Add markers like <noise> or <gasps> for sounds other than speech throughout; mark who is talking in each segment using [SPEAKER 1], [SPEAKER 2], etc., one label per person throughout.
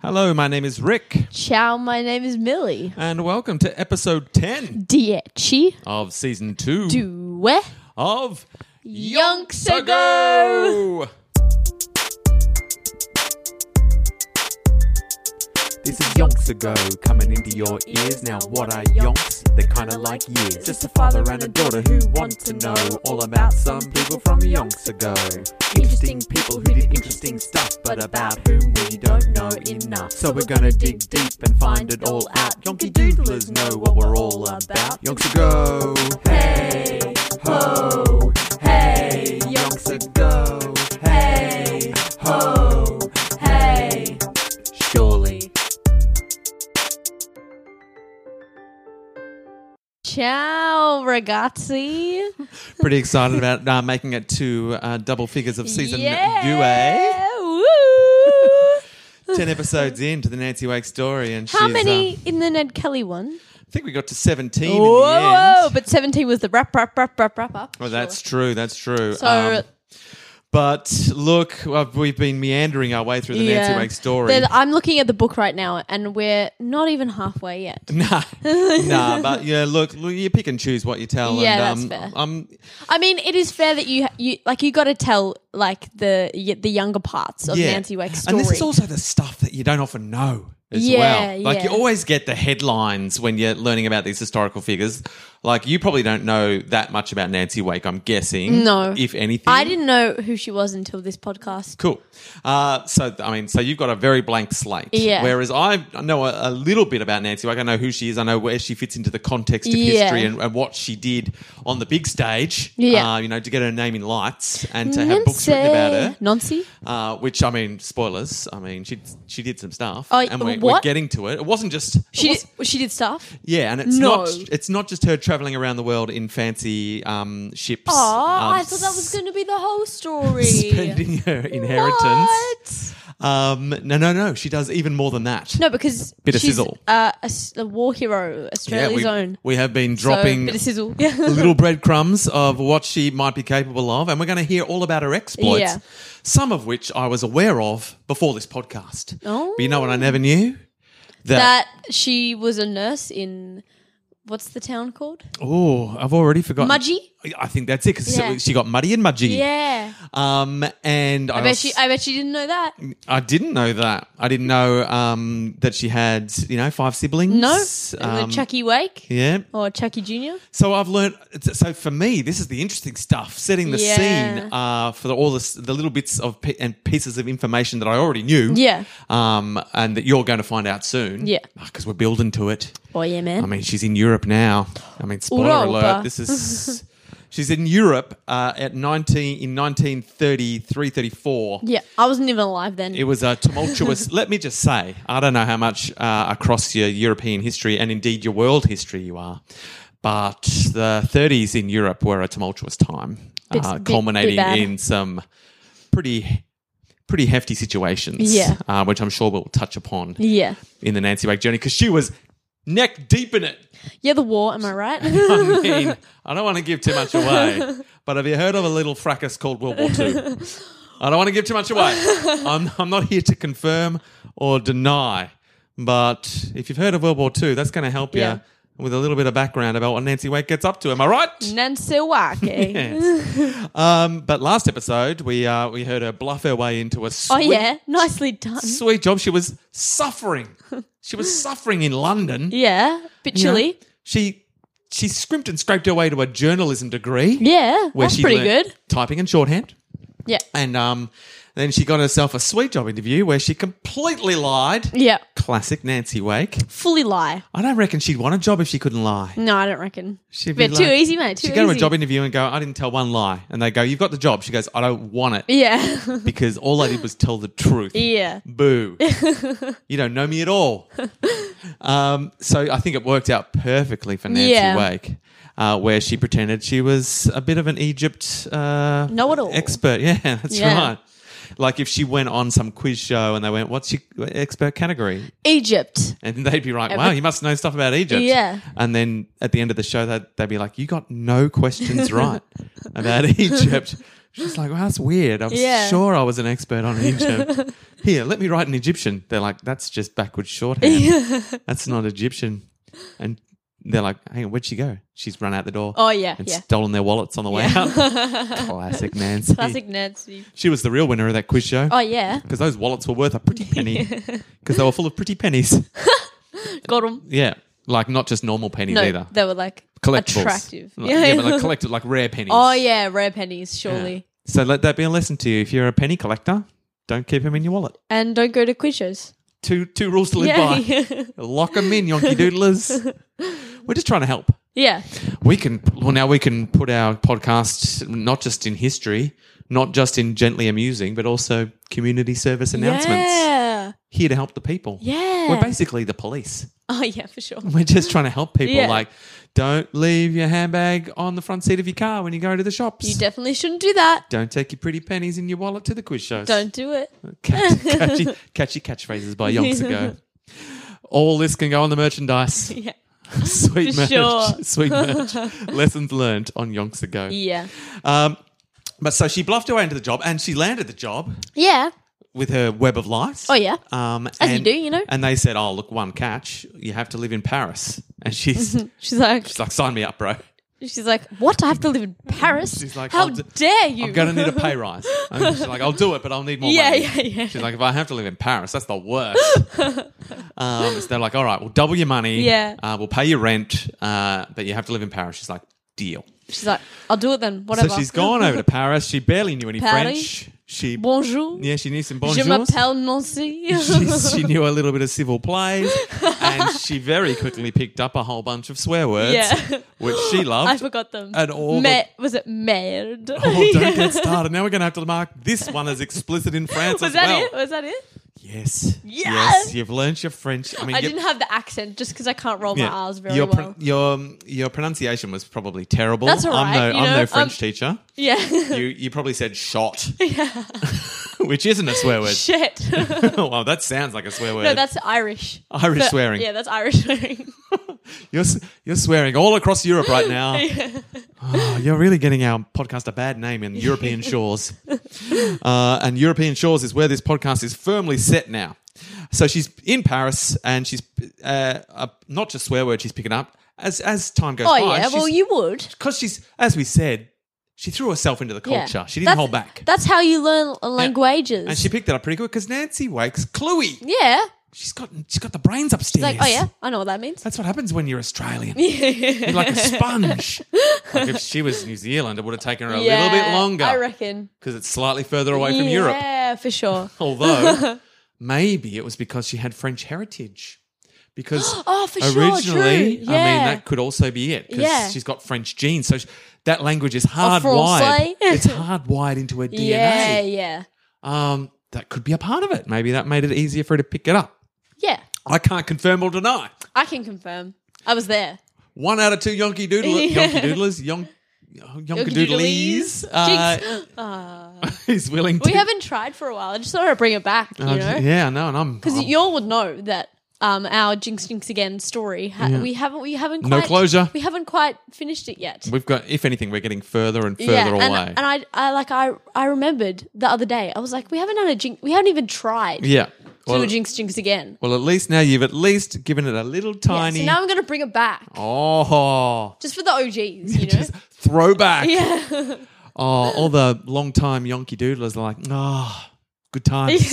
[SPEAKER 1] Hello, my name is Rick,
[SPEAKER 2] Ciao, my name is Millie.
[SPEAKER 1] and welcome to episode 10
[SPEAKER 2] Dieci
[SPEAKER 1] of season 2
[SPEAKER 2] due
[SPEAKER 1] of
[SPEAKER 2] yonks ago.
[SPEAKER 1] Sago.
[SPEAKER 3] This is yonks ago, coming into your ears. Now, what are yonks? They're kinda like years. Just a father and a daughter who want to know all about some people from yonks ago. Interesting people who did interesting stuff, but about whom we don't know enough. So we're gonna dig deep and find it all out. Yonky doodlers know what we're all about. Yonks ago, hey ho, hey yonks ago, hey ho, hey. Surely.
[SPEAKER 2] Ciao, ragazzi.
[SPEAKER 1] Pretty excited about uh, making it to uh, double figures of <laughs> season eh?
[SPEAKER 2] yeah. Woo.
[SPEAKER 1] 2A. 10 episodes in to the Nancy Wake story. and
[SPEAKER 2] How
[SPEAKER 1] she's,
[SPEAKER 2] many
[SPEAKER 1] uh,
[SPEAKER 2] in the Ned Kelly one?
[SPEAKER 1] I think we got to 17 in
[SPEAKER 2] Whoa,
[SPEAKER 1] the end.
[SPEAKER 2] whoa, but 17 was the wrap, wrap, wrap, wrap, wrap up.
[SPEAKER 1] Well, that's true. That's true. Um,
[SPEAKER 2] So-
[SPEAKER 1] but look, uh, we've been meandering our way through the Nancy Wake story.
[SPEAKER 2] Then I'm looking at the book right now and we're not even halfway yet.
[SPEAKER 1] <laughs> Nah, nah, but yeah, look, look, you pick and choose what you tell.
[SPEAKER 2] Yeah,
[SPEAKER 1] and,
[SPEAKER 2] that's fair.
[SPEAKER 1] Um,
[SPEAKER 2] I mean, it is fair that you you like you got to tell like the y- the younger parts of
[SPEAKER 1] yeah.
[SPEAKER 2] Nancy Wake's story.
[SPEAKER 1] and this is also the stuff that you don't often know as
[SPEAKER 2] Yeah,
[SPEAKER 1] well. Like you
[SPEAKER 2] yeah.
[SPEAKER 1] always get the headlines when you're learning about these historical figures. Like you probably don't know that much about Nancy Wake. I'm guessing.
[SPEAKER 2] No.
[SPEAKER 1] if anything,
[SPEAKER 2] I didn't know who she was until this podcast.
[SPEAKER 1] Cool. Uh, so I mean, so you've got a very blank slate.
[SPEAKER 2] Yeah.
[SPEAKER 1] Whereas I know a, a little bit about Nancy. Like I know who she is. I know where she fits into the context of
[SPEAKER 2] Yeah.
[SPEAKER 1] history and, and what she did on the big stage.
[SPEAKER 2] Yeah.
[SPEAKER 1] Uh, you know, to get her name in lights and to have books written about her.
[SPEAKER 2] Nancy?
[SPEAKER 1] Uh, which I mean, spoilers. I mean, she she did some stuff,
[SPEAKER 2] Oh,
[SPEAKER 1] and we're, we're
[SPEAKER 2] what?
[SPEAKER 1] getting to it. It wasn't just it
[SPEAKER 2] She
[SPEAKER 1] wasn't-
[SPEAKER 2] did, she did stuff.
[SPEAKER 1] yeah, and it's
[SPEAKER 2] No.
[SPEAKER 1] not it's not just her traveling around the world in fancy um, ships.
[SPEAKER 2] Oh,
[SPEAKER 1] um,
[SPEAKER 2] I thought that was going to be the whole story.
[SPEAKER 1] spending her inheritance.
[SPEAKER 2] What?
[SPEAKER 1] Um, no, no, no. She does even more than that.
[SPEAKER 2] No, because
[SPEAKER 1] Bit of
[SPEAKER 2] she's
[SPEAKER 1] sizzle.
[SPEAKER 2] Uh, a, s- a war hero,
[SPEAKER 1] yeah,
[SPEAKER 2] Australia's
[SPEAKER 1] we,
[SPEAKER 2] own.
[SPEAKER 1] we have been
[SPEAKER 2] So,
[SPEAKER 1] dropping
[SPEAKER 2] bit <laughs> of sizzle.
[SPEAKER 1] little breadcrumbs of what she might be capable of, and we're going to hear all about her exploits,
[SPEAKER 2] Yeah.
[SPEAKER 1] some of which I was aware of before this podcast.
[SPEAKER 2] Oh.
[SPEAKER 1] But you know what I never knew? That,
[SPEAKER 2] that she was a nurse in what's the town called?
[SPEAKER 1] oh, I've already forgotten.
[SPEAKER 2] Mudgee?
[SPEAKER 1] I think that's it because
[SPEAKER 2] Yeah.
[SPEAKER 1] she got muddy and mudgy.
[SPEAKER 2] Yeah.
[SPEAKER 1] Um, and I,
[SPEAKER 2] I bet
[SPEAKER 1] als-
[SPEAKER 2] she I bet she didn't know that.
[SPEAKER 1] I didn't know that. I didn't know um, that she had, you know, five siblings.
[SPEAKER 2] No.
[SPEAKER 1] Um,
[SPEAKER 2] Chucky Wake
[SPEAKER 1] yeah.
[SPEAKER 2] or Chucky Jr.
[SPEAKER 1] So I've learned. So for me, this is the interesting stuff: setting the
[SPEAKER 2] Yeah.
[SPEAKER 1] scene uh, for the, all this, the little bits of pi and pieces of information that I already knew.
[SPEAKER 2] Yeah.
[SPEAKER 1] Um, and that you're going to find out soon.
[SPEAKER 2] Yeah.
[SPEAKER 1] Because we're building to it.
[SPEAKER 2] Oh yeah, man.
[SPEAKER 1] I mean, she's in Europe now. I mean, spoiler
[SPEAKER 2] Europa.
[SPEAKER 1] alert: this
[SPEAKER 2] <laughs>
[SPEAKER 1] is. She's in Europe uh, at 19 in 1933 34.
[SPEAKER 2] yeah, I wasn't even alive then.
[SPEAKER 1] It was a
[SPEAKER 2] <laughs>
[SPEAKER 1] tumultuous. let me just say, I don't know how much uh, across your European history and indeed your world history you are, but the 30s in Europe were a tumultuous time,
[SPEAKER 2] Bit-
[SPEAKER 1] uh,
[SPEAKER 2] bit- bit
[SPEAKER 1] culminating
[SPEAKER 2] bad.
[SPEAKER 1] in some pretty. Pretty hefty situations,
[SPEAKER 2] Yeah.
[SPEAKER 1] uh, which I'm sure we'll touch upon
[SPEAKER 2] yeah.
[SPEAKER 1] in the Nancy Wake journey because she was neck deep in it.
[SPEAKER 2] Yeah, the war, am I right?
[SPEAKER 1] <laughs> I mean, I don't want to give too much away, but have you heard of a little fracas called World War II? I don't want to give too much away. I'm, I'm not here to confirm or deny, but if you've heard of World War II, that's going to help
[SPEAKER 2] Yeah.
[SPEAKER 1] you with a little bit of background about what Nancy Wake gets up to. Am I right?
[SPEAKER 2] Nancy
[SPEAKER 1] <laughs>
[SPEAKER 2] Wake.
[SPEAKER 1] Yes. um, but last episode, we uh, we heard her bluff her way into a sweet,
[SPEAKER 2] Oh yeah, nicely done.
[SPEAKER 1] sweet job. She was suffering. She was suffering in London.
[SPEAKER 2] Yeah, bit
[SPEAKER 1] you know.
[SPEAKER 2] chilly.
[SPEAKER 1] She she scrimped and scraped her way to a journalism degree.
[SPEAKER 2] Yeah,
[SPEAKER 1] where
[SPEAKER 2] that's
[SPEAKER 1] she
[SPEAKER 2] pretty
[SPEAKER 1] learnt
[SPEAKER 2] good.
[SPEAKER 1] typing and shorthand.
[SPEAKER 2] Yeah,
[SPEAKER 1] And um, then she got herself a sweet job interview where she completely lied.
[SPEAKER 2] yeah,
[SPEAKER 1] Classic Nancy Wake.
[SPEAKER 2] fully lie.
[SPEAKER 1] I don't reckon she'd want a job if she couldn't lie.
[SPEAKER 2] No, I don't reckon.
[SPEAKER 1] She'd
[SPEAKER 2] Bit too easy, mate. Too
[SPEAKER 1] she'd go to a
[SPEAKER 2] easy.
[SPEAKER 1] job interview and go, I didn't tell one lie. And they go, You've got the job. She goes, I don't want it
[SPEAKER 2] <laughs> Yeah,
[SPEAKER 1] because all I did was tell the truth.
[SPEAKER 2] yeah.
[SPEAKER 1] Boo. you don't know me at all. Um, so I think it worked out perfectly for Nancy
[SPEAKER 2] Yeah.
[SPEAKER 1] Wake, uh, where she pretended she was a bit of an Egypt uh,
[SPEAKER 2] Know-it-all.
[SPEAKER 1] expert. Yeah, <laughs> that's
[SPEAKER 2] Yeah.
[SPEAKER 1] right. Like if she went on some quiz show and they went, "What's your expert category?"
[SPEAKER 2] Egypt.
[SPEAKER 1] and <laughs> they'd be like, "Wow, you must know stuff about Egypt."
[SPEAKER 2] Yeah.
[SPEAKER 1] And then at the end of the show, they'd, they'd be like, "You got no
[SPEAKER 2] <laughs>
[SPEAKER 1] questions right about <laughs> Egypt." She's like, "Wow, that's weird. I'm
[SPEAKER 2] Yeah.
[SPEAKER 1] sure I was an expert on
[SPEAKER 2] <laughs>
[SPEAKER 1] Egypt. Here, let me write an Egyptian." They're like, "That's just backwards
[SPEAKER 2] <laughs>
[SPEAKER 1] shorthand. that's not Egyptian." And they're like, "Hang on, where'd she go? She's run out the door."
[SPEAKER 2] Oh yeah,
[SPEAKER 1] and
[SPEAKER 2] yeah.
[SPEAKER 1] stolen their wallets on the way <laughs> out.
[SPEAKER 2] <laughs>
[SPEAKER 1] Classic Nancy.
[SPEAKER 2] Classic Nancy.
[SPEAKER 1] She was the real winner of that quiz show
[SPEAKER 2] Oh yeah,
[SPEAKER 1] because those wallets were worth a pretty penny because they were full of pretty pennies.
[SPEAKER 2] <laughs> got them.
[SPEAKER 1] Yeah, like not just normal pennies
[SPEAKER 2] No,
[SPEAKER 1] either.
[SPEAKER 2] they were like
[SPEAKER 1] Collectibles.
[SPEAKER 2] attractive.
[SPEAKER 1] Like, yeah.
[SPEAKER 2] <laughs>
[SPEAKER 1] but like collected, like rare pennies.
[SPEAKER 2] oh yeah, rare pennies
[SPEAKER 1] Yeah.
[SPEAKER 2] surely.
[SPEAKER 1] So let that be a lesson to you. If you're a penny collector, don't keep them in your wallet.
[SPEAKER 2] And don't go to quiz shows.
[SPEAKER 1] Two two rules to live by.
[SPEAKER 2] yeah, <laughs>
[SPEAKER 1] Lock them in, yonky doodlers. We're just trying to help.
[SPEAKER 2] yeah.
[SPEAKER 1] We can well now we can put our podcast not just in history, not just in gently amusing, but also community service announcements.
[SPEAKER 2] Yeah,
[SPEAKER 1] Here to help the people.
[SPEAKER 2] yeah.
[SPEAKER 1] We're basically the police. <laughs>
[SPEAKER 2] oh yeah, for sure.
[SPEAKER 1] We're just trying to help people.
[SPEAKER 2] Yeah.
[SPEAKER 1] Like, don't leave your handbag on the front seat of your car when you go to the shops.
[SPEAKER 2] You definitely shouldn't do that.
[SPEAKER 1] don't take your pretty pennies in your wallet to the quiz shows.
[SPEAKER 2] Don't do it.
[SPEAKER 1] Catch, <laughs>
[SPEAKER 2] <laughs>
[SPEAKER 1] catchy, catchy catchphrases by yonks ago. All this can go on the
[SPEAKER 2] <laughs>
[SPEAKER 1] merchandise. <laughs>
[SPEAKER 2] Yeah,
[SPEAKER 1] Sweet
[SPEAKER 2] For
[SPEAKER 1] merch.
[SPEAKER 2] sure.
[SPEAKER 1] <laughs> Sweet
[SPEAKER 2] <laughs>
[SPEAKER 1] merch. Lessons learned on yonks ago.
[SPEAKER 2] yeah,
[SPEAKER 1] Um, but so she bluffed her way into the job and she landed the job
[SPEAKER 2] yeah.
[SPEAKER 1] with her web of lies.
[SPEAKER 2] Oh yeah.
[SPEAKER 1] Um,
[SPEAKER 2] As you
[SPEAKER 1] and-
[SPEAKER 2] do, you know.
[SPEAKER 1] And they said, "Oh, look, one catch. You have to live in Paris." And she's
[SPEAKER 2] She's
[SPEAKER 1] <laughs>
[SPEAKER 2] like,
[SPEAKER 1] She's like, sign me up, bro.
[SPEAKER 2] she's like, what? I have to live in Paris.
[SPEAKER 1] She's like,
[SPEAKER 2] how
[SPEAKER 1] I'll d-
[SPEAKER 2] dare you?
[SPEAKER 1] I'm going to need a
[SPEAKER 2] <laughs>
[SPEAKER 1] pay rise. And she's like, I'll do it, but I'll need more
[SPEAKER 2] Yeah,
[SPEAKER 1] money.
[SPEAKER 2] yeah, yeah.
[SPEAKER 1] She's like, if I have to live in Paris, that's the
[SPEAKER 2] <laughs>
[SPEAKER 1] worst. um, so they're like, all right, we'll double your money.
[SPEAKER 2] Yeah.
[SPEAKER 1] Uh, we'll pay your rent, uh, but you have to live in Paris. She's like, deal.
[SPEAKER 2] She's like, I'll do it then. Whatever.
[SPEAKER 1] So she's gone over to Paris. She barely knew any
[SPEAKER 2] Paris.
[SPEAKER 1] French. She
[SPEAKER 2] Bonjour.
[SPEAKER 1] yeah, she knew some
[SPEAKER 2] Je
[SPEAKER 1] bonjours.
[SPEAKER 2] m'appelle
[SPEAKER 1] <laughs>
[SPEAKER 2] Nancy.
[SPEAKER 1] She, she knew a little bit of civil plays, and she very quickly picked up a whole bunch of swear words,
[SPEAKER 2] Yeah.
[SPEAKER 1] which she loved.
[SPEAKER 2] <gasps> I forgot them.
[SPEAKER 1] And all
[SPEAKER 2] Me-
[SPEAKER 1] the
[SPEAKER 2] was it merde?
[SPEAKER 1] Oh, don't
[SPEAKER 2] <laughs> Yeah.
[SPEAKER 1] get started. Now we're going to have to mark this one as explicit
[SPEAKER 2] <laughs>
[SPEAKER 1] in France
[SPEAKER 2] Was
[SPEAKER 1] as
[SPEAKER 2] that
[SPEAKER 1] well.
[SPEAKER 2] it? Was that it?
[SPEAKER 1] Yes.
[SPEAKER 2] Yeah.
[SPEAKER 1] You've learned your French. I mean,
[SPEAKER 2] I
[SPEAKER 1] you-
[SPEAKER 2] didn't have the accent just because I can't roll
[SPEAKER 1] yeah.
[SPEAKER 2] my R's very
[SPEAKER 1] your,
[SPEAKER 2] well.
[SPEAKER 1] pr- your, um, your pronunciation was probably terrible.
[SPEAKER 2] That's all
[SPEAKER 1] I'm no,
[SPEAKER 2] right, you
[SPEAKER 1] I'm
[SPEAKER 2] know,
[SPEAKER 1] no French
[SPEAKER 2] um, <laughs>
[SPEAKER 1] teacher.
[SPEAKER 2] yeah.
[SPEAKER 1] You, you probably said
[SPEAKER 2] <laughs>
[SPEAKER 1] shot, <laughs> which isn't a swear <laughs> word.
[SPEAKER 2] Shit.
[SPEAKER 1] well, that sounds like a swear word.
[SPEAKER 2] <laughs> no, that's Irish.
[SPEAKER 1] Irish
[SPEAKER 2] But-
[SPEAKER 1] swearing.
[SPEAKER 2] Yeah, that's Irish swearing. <laughs>
[SPEAKER 1] You're, s- you're swearing all across Europe right
[SPEAKER 2] <laughs>
[SPEAKER 1] now. Oh, you're really getting our podcast a bad name in
[SPEAKER 2] <laughs>
[SPEAKER 1] European shores. Uh, and European shores is where this podcast is firmly set now. So she's in Paris and she's uh, uh, not just swear words she's picking up as as time goes
[SPEAKER 2] oh
[SPEAKER 1] by.
[SPEAKER 2] yeah. Well, you would.
[SPEAKER 1] because she's as we said, she threw herself into the
[SPEAKER 2] Yeah.
[SPEAKER 1] culture. She didn't
[SPEAKER 2] That's-
[SPEAKER 1] hold back,
[SPEAKER 2] That's how you learn languages.
[SPEAKER 1] and she picked that up pretty good because Nancy wakes Chloe.
[SPEAKER 2] yeah.
[SPEAKER 1] She's got she's got the brains upstairs.
[SPEAKER 2] Like, oh yeah, I know what that means.
[SPEAKER 1] That's what happens when you're Australian. <laughs> You're like a
[SPEAKER 2] <laughs>
[SPEAKER 1] sponge. like if she was New Zealand, it would have taken her a little bit
[SPEAKER 2] I
[SPEAKER 1] longer
[SPEAKER 2] reckon.
[SPEAKER 1] because it's slightly further away from
[SPEAKER 2] yeah,
[SPEAKER 1] Europe. <laughs>
[SPEAKER 2] for sure. <laughs>
[SPEAKER 1] Although maybe it was because she had French heritage. Because
[SPEAKER 2] <gasps>
[SPEAKER 1] <gasps>
[SPEAKER 2] Oh, for sure,
[SPEAKER 1] originally,
[SPEAKER 2] true.
[SPEAKER 1] I mean,
[SPEAKER 2] Yeah.
[SPEAKER 1] that could also be it because
[SPEAKER 2] Yeah.
[SPEAKER 1] she's got French genes. So sh that language is
[SPEAKER 2] Francais.
[SPEAKER 1] hardwired. <laughs>
[SPEAKER 2] <laughs>
[SPEAKER 1] it's hardwired into her DNA.
[SPEAKER 2] Yeah, yeah,
[SPEAKER 1] Um, that could be a part of it. Maybe that made it easier for her to pick it up.
[SPEAKER 2] yeah.
[SPEAKER 1] I can't confirm or deny.
[SPEAKER 2] I can confirm. I was there.
[SPEAKER 1] One out of two Yonky
[SPEAKER 2] <laughs>
[SPEAKER 1] Doodlers, Yonky Doodlers, Yonk, Yonky Doodlies uh, <laughs>
[SPEAKER 2] Jinx. Ah. <laughs>
[SPEAKER 1] is willing to.
[SPEAKER 2] we haven't tried for a while. I just thought I'd bring it back. You
[SPEAKER 1] Uh,
[SPEAKER 2] know,
[SPEAKER 1] Yeah, I know, and I'm.
[SPEAKER 2] because
[SPEAKER 1] I'm-
[SPEAKER 2] you all would know that um, our Jinx Jinx again story. Ha- We haven't. We haven't. Quite,
[SPEAKER 1] No closure.
[SPEAKER 2] We haven't quite finished it yet.
[SPEAKER 1] We've got, if anything, we're getting further and further
[SPEAKER 2] yeah,
[SPEAKER 1] away.
[SPEAKER 2] and, and I, I like I, I remembered the other day. I was like, we haven't done a jinx. We haven't even tried to
[SPEAKER 1] yeah. Well,
[SPEAKER 2] do a jinx jinx again.
[SPEAKER 1] well, at least now you've at least given it a little
[SPEAKER 2] Yeah,
[SPEAKER 1] tiny.
[SPEAKER 2] so now I'm gonna bring it back
[SPEAKER 1] oh,
[SPEAKER 2] just for the OGs, you know.
[SPEAKER 1] <laughs> just throwback. <laughs>
[SPEAKER 2] yeah,
[SPEAKER 1] Oh, all the long time Yonky Doodlers are like, ah, good times.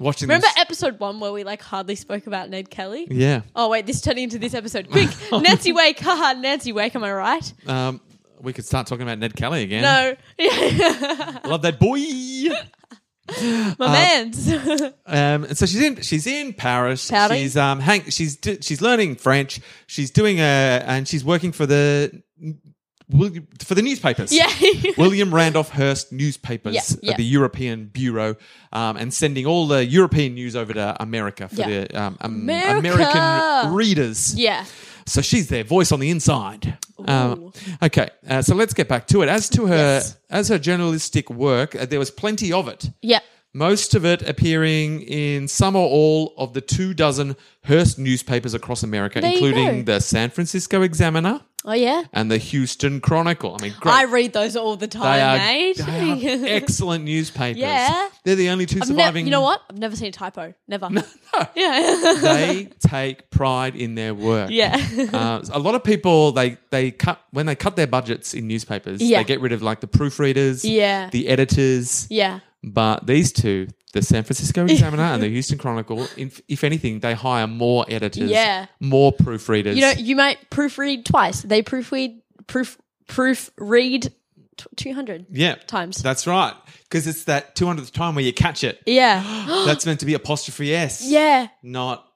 [SPEAKER 1] Watching
[SPEAKER 2] remember
[SPEAKER 1] this.
[SPEAKER 2] episode one where we like hardly spoke about Ned Kelly?
[SPEAKER 1] Yeah. Oh.
[SPEAKER 2] Oh wait, this turned into this episode. Quick,
[SPEAKER 1] <laughs>
[SPEAKER 2] Nancy Wake, haha, Nancy Wake. Am I right?
[SPEAKER 1] Um, we could start talking about Ned Kelly again.
[SPEAKER 2] No, yeah,
[SPEAKER 1] Love that boy.
[SPEAKER 2] <laughs> my
[SPEAKER 1] Uh,
[SPEAKER 2] man's. <laughs>
[SPEAKER 1] <laughs> Um, and so she's in she's in Paris.
[SPEAKER 2] Pouting.
[SPEAKER 1] She's um hang, she's do, she's learning French. She's doing a and she's working for the Wil- for the newspapers.
[SPEAKER 2] yeah,
[SPEAKER 1] William Randolph Hearst newspapers
[SPEAKER 2] Yeah, yeah.
[SPEAKER 1] at the European Bureau, um, and sending all the European news over to America for
[SPEAKER 2] Yeah.
[SPEAKER 1] the um, um,
[SPEAKER 2] America!
[SPEAKER 1] American readers.
[SPEAKER 2] <laughs> yeah.
[SPEAKER 1] So she's their voice on the inside. Um, okay, uh, so let's get back to it. As to her,
[SPEAKER 2] Yes.
[SPEAKER 1] as her journalistic work, uh, there was plenty of it.
[SPEAKER 2] Yeah.
[SPEAKER 1] Most of it appearing in some or all of the two dozen Hearst newspapers across America,
[SPEAKER 2] There you
[SPEAKER 1] including
[SPEAKER 2] go.
[SPEAKER 1] the San Francisco Examiner
[SPEAKER 2] Oh yeah.
[SPEAKER 1] and the Houston Chronicle. I mean, great.
[SPEAKER 2] I read those all the
[SPEAKER 1] they are,
[SPEAKER 2] time, mate. <laughs>
[SPEAKER 1] they are excellent newspapers.
[SPEAKER 2] Yeah.
[SPEAKER 1] They're the only two
[SPEAKER 2] I've nev-
[SPEAKER 1] surviving.
[SPEAKER 2] you know what? I've never seen a typo. Never. <laughs> Yeah.
[SPEAKER 1] they
[SPEAKER 2] <laughs>
[SPEAKER 1] take pride in their work.
[SPEAKER 2] yeah.
[SPEAKER 1] Uh, a lot of people they they cut when they cut their budgets in newspapers,
[SPEAKER 2] Yeah.
[SPEAKER 1] they get rid of like the proofreaders,
[SPEAKER 2] <laughs> Yeah.
[SPEAKER 1] the editors.
[SPEAKER 2] yeah.
[SPEAKER 1] But these two, the San
[SPEAKER 2] <laughs>
[SPEAKER 1] Francisco Examiner and the Houston Chronicle, if, if anything, they hire more editors,
[SPEAKER 2] Yeah.
[SPEAKER 1] more proofreaders.
[SPEAKER 2] You know, you might proofread twice. They proofread proof proofread t- two hundred
[SPEAKER 1] yeah,
[SPEAKER 2] times.
[SPEAKER 1] that's right, because it's that two hundredth time where you catch it.
[SPEAKER 2] <gasps>
[SPEAKER 1] <gasps>
[SPEAKER 2] yeah.
[SPEAKER 1] that's meant to be apostrophe s,
[SPEAKER 2] yeah. <laughs>
[SPEAKER 1] not